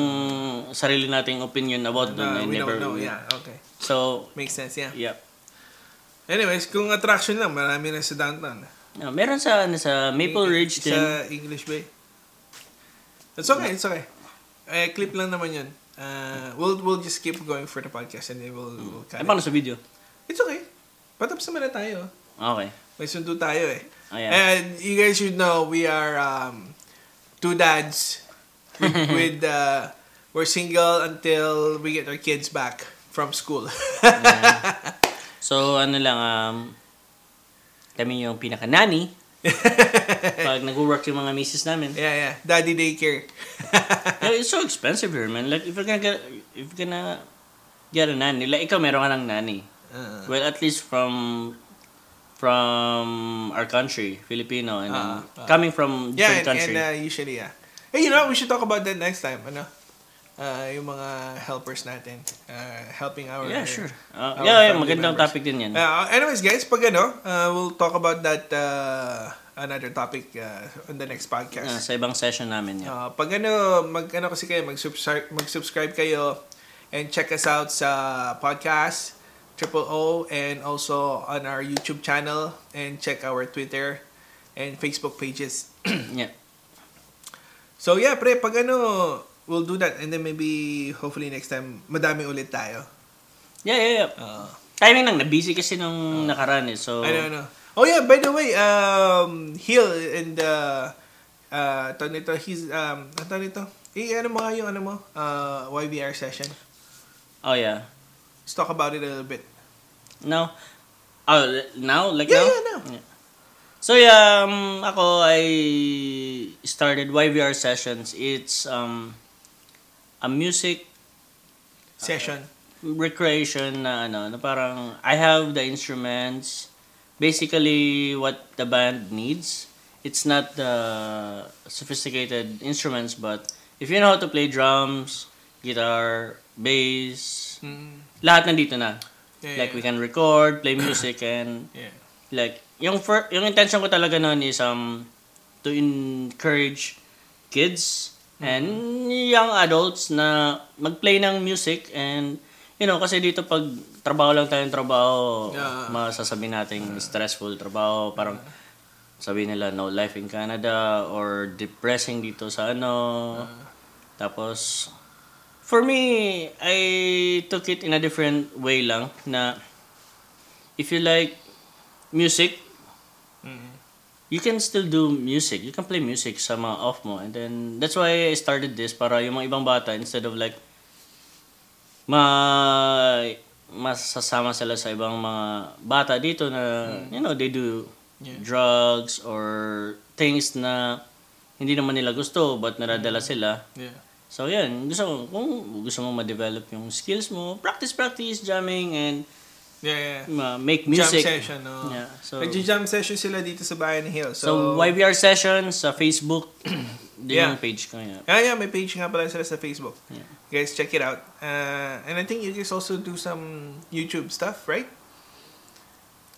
[SPEAKER 1] sarili nating opinion about doon. I
[SPEAKER 2] Uh, we
[SPEAKER 1] never
[SPEAKER 2] don't know. Yeah, okay.
[SPEAKER 1] So,
[SPEAKER 2] Makes sense, yeah.
[SPEAKER 1] yeah.
[SPEAKER 2] Anyways, kung attraction lang, marami na sa downtown.
[SPEAKER 1] Ah, meron sa ano, sa Maple Ridge din.
[SPEAKER 2] Sa English Bay. It's okay, it's okay. Eh, clip lang naman yun. Uh, we'll we'll just keep going for the podcast and then we'll, we'll
[SPEAKER 1] Hmm. Ay,
[SPEAKER 2] cut it.
[SPEAKER 1] Eh, paano sa video?
[SPEAKER 2] It's okay. Patapos naman na tayo.
[SPEAKER 1] Okay.
[SPEAKER 2] May sundo tayo eh.
[SPEAKER 1] Ayan.
[SPEAKER 2] And you guys should know we are um, two dads with, with uh, we're single until we get our kids back from school.
[SPEAKER 1] So, ano lang, um, kami yung pinaka-nani.
[SPEAKER 2] Eh.
[SPEAKER 1] Pag nag-work yung mga misis namin.
[SPEAKER 2] Yeah, yeah. Daddy daycare.
[SPEAKER 1] Yeah, it's so expensive here, man. Like, if you're gonna get, if you're gonna get a nanny, like, ikaw meron ka ng nanny.
[SPEAKER 2] Uh,
[SPEAKER 1] Well, at least from, from our country, Filipino, and then
[SPEAKER 2] Ah, ah.
[SPEAKER 1] coming from different
[SPEAKER 2] yeah, and,
[SPEAKER 1] country.
[SPEAKER 2] and uh, usually, yeah. Hey, you know, we should talk about that next time. Ano? Uh, yung mga helpers natin. Uh, helping our...
[SPEAKER 1] yeah, sure. Ah,
[SPEAKER 2] our
[SPEAKER 1] yeah, yeah,
[SPEAKER 2] family
[SPEAKER 1] magandang
[SPEAKER 2] members.
[SPEAKER 1] topic din yan.
[SPEAKER 2] Uh, anyways, guys, pag ano, uh, we'll talk about that uh, another topic uh, on the next podcast.
[SPEAKER 1] Ah, sa ibang session namin yan.
[SPEAKER 2] Ah, pag ano, mag, ano kasi kayo, mag-subscribe, mag-subscribe kayo and check us out sa podcast, Triple O, and also on our YouTube channel and check our Twitter and Facebook pages.
[SPEAKER 1] Yeah.
[SPEAKER 2] So yeah, pre, pag ano, we'll do that and then maybe hopefully next time, madami ulit tayo.
[SPEAKER 1] Yeah, yeah, yeah.
[SPEAKER 2] Ah.
[SPEAKER 1] Timing lang, na-busy kasi nung nakaraan eh. So,
[SPEAKER 2] I don't know. Oh yeah, by the way, um, Hill and uh, uh, tawag nito, he's, um, ang tawag nito, eh, ano mga yung ano mo, uh, YVR session.
[SPEAKER 1] oh yeah.
[SPEAKER 2] Let's talk about it a little bit.
[SPEAKER 1] Now, oh, now? Like
[SPEAKER 2] Yeah,
[SPEAKER 1] now?
[SPEAKER 2] yeah, now.
[SPEAKER 1] So yeah, um, ako I started YVR sessions. It's um, a music
[SPEAKER 2] Session.
[SPEAKER 1] Ah, recreation na ano, na parang I have the instruments, basically what the band needs. It's not the sophisticated instruments, but if you know how to play drums, guitar, bass,
[SPEAKER 2] Mm.
[SPEAKER 1] lahat nandito na.
[SPEAKER 2] Yeah,
[SPEAKER 1] Like we
[SPEAKER 2] yeah.
[SPEAKER 1] can record, play music, and
[SPEAKER 2] Yeah.
[SPEAKER 1] like yung fir- yung intention ko talaga noon is um to encourage kids and young adults na mag-play ng music and you know kasi dito pag trabaho lang tayong trabaho
[SPEAKER 2] Yeah.
[SPEAKER 1] masasabi nating stressful trabaho parang sabi nila no life in Canada or depressing dito sa ano tapos for me I took it in a different way lang na if you like music
[SPEAKER 2] Mm.
[SPEAKER 1] you can still do music. You can play music sa mga off mo. And then, that's why I started this para yung mga ibang bata, instead of like, ma masasama sila sa ibang mga bata dito na, you know, they do
[SPEAKER 2] Mm. Yeah.
[SPEAKER 1] drugs or things na hindi naman nila gusto but naradala
[SPEAKER 2] Mm.
[SPEAKER 1] sila.
[SPEAKER 2] Yeah.
[SPEAKER 1] So, yan. Gusto mo, kung gusto mo ma-develop yung skills mo, practice, practice, jamming, and
[SPEAKER 2] Yeah, yeah.
[SPEAKER 1] uh, make
[SPEAKER 2] Music.
[SPEAKER 1] music.
[SPEAKER 2] Jam session, no?
[SPEAKER 1] Yeah, so-
[SPEAKER 2] Nag-jam session sila dito sa bayan ni Hill.
[SPEAKER 1] So,
[SPEAKER 2] So,
[SPEAKER 1] YVR session sa Facebook. Doon
[SPEAKER 2] Yeah.
[SPEAKER 1] yung page ko. Yeah.
[SPEAKER 2] Ah, Yeah, yeah, may page nga pala sila sa Facebook.
[SPEAKER 1] Yeah.
[SPEAKER 2] Guys, check it out. Uh, and I think you guys also do some YouTube stuff, right?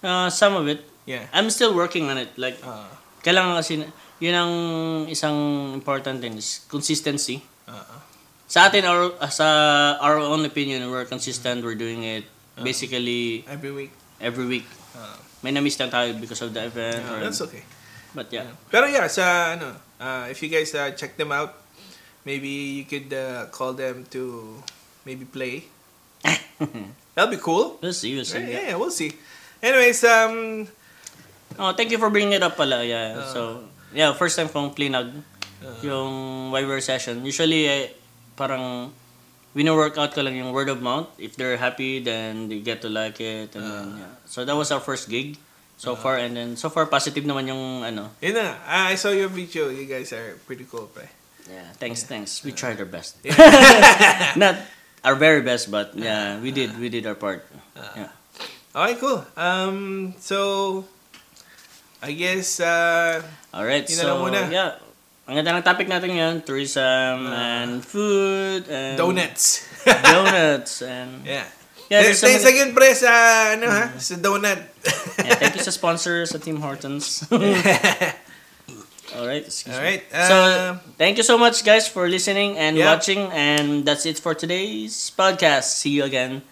[SPEAKER 1] Uh, some of it.
[SPEAKER 2] Yeah.
[SPEAKER 1] I'm still working on it. Like,
[SPEAKER 2] Uh,
[SPEAKER 1] kailangan kasi, na- yun ang isang important thing is consistency.
[SPEAKER 2] Oo.
[SPEAKER 1] Sa atin, our, uh, sa our own opinion, we're consistent. We're doing it
[SPEAKER 2] Uh-huh.
[SPEAKER 1] basically
[SPEAKER 2] Every week.
[SPEAKER 1] every week.
[SPEAKER 2] Ah.
[SPEAKER 1] May na-miss lang tayo because of the event. or-
[SPEAKER 2] uh, That's okay.
[SPEAKER 1] But yeah.
[SPEAKER 2] Pero yeah, sa ano, uh, if you guys uh, check them out, maybe you could uh, call them to maybe play. That'll be cool.
[SPEAKER 1] Let's see, we'll see.
[SPEAKER 2] Yeah, yeah, we'll see. Anyways, um,
[SPEAKER 1] Oh, thank you for bringing it up pala. Yeah.
[SPEAKER 2] Ah.
[SPEAKER 1] so, yeah, first time kong plinag
[SPEAKER 2] Ah.
[SPEAKER 1] yung Viber session. Usually, eh, parang wino-workout ko lang yung word of mouth. If they're happy, then they get to like it. And then, yeah. So, that was our first gig so far. And then, so far, positive naman yung ano.
[SPEAKER 2] yun na. Ah, I saw your video. You guys are pretty cool, pre.
[SPEAKER 1] Yeah. Thanks, thanks. We tried our best. Not our very best, but yeah, we did. We did our part. yeah.
[SPEAKER 2] Okay, cool. Um, so, I guess, uh,
[SPEAKER 1] Alright,
[SPEAKER 2] Yun na lang
[SPEAKER 1] so,
[SPEAKER 2] muna.
[SPEAKER 1] yeah. Ang ganda ng topic natin ngayon, tourism and food and...
[SPEAKER 2] donuts.
[SPEAKER 1] donuts and...
[SPEAKER 2] yeah.
[SPEAKER 1] Yeah,
[SPEAKER 2] Th-
[SPEAKER 1] there's so
[SPEAKER 2] Thanks
[SPEAKER 1] many- Mm-hmm.
[SPEAKER 2] again, pre, sa, ano, ha? Sa donut.
[SPEAKER 1] Yeah, thank you sa sponsor, sa Team Hortons. Alright, excuse me.
[SPEAKER 2] Alright.
[SPEAKER 1] so,
[SPEAKER 2] Uh,
[SPEAKER 1] thank you so much, guys, for listening and
[SPEAKER 2] Yeah.
[SPEAKER 1] watching. And that's it for today's podcast. See you again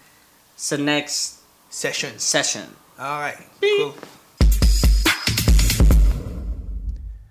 [SPEAKER 1] sa next
[SPEAKER 2] sessions.
[SPEAKER 1] session.
[SPEAKER 2] Alright.
[SPEAKER 1] Beep.
[SPEAKER 2] Cool.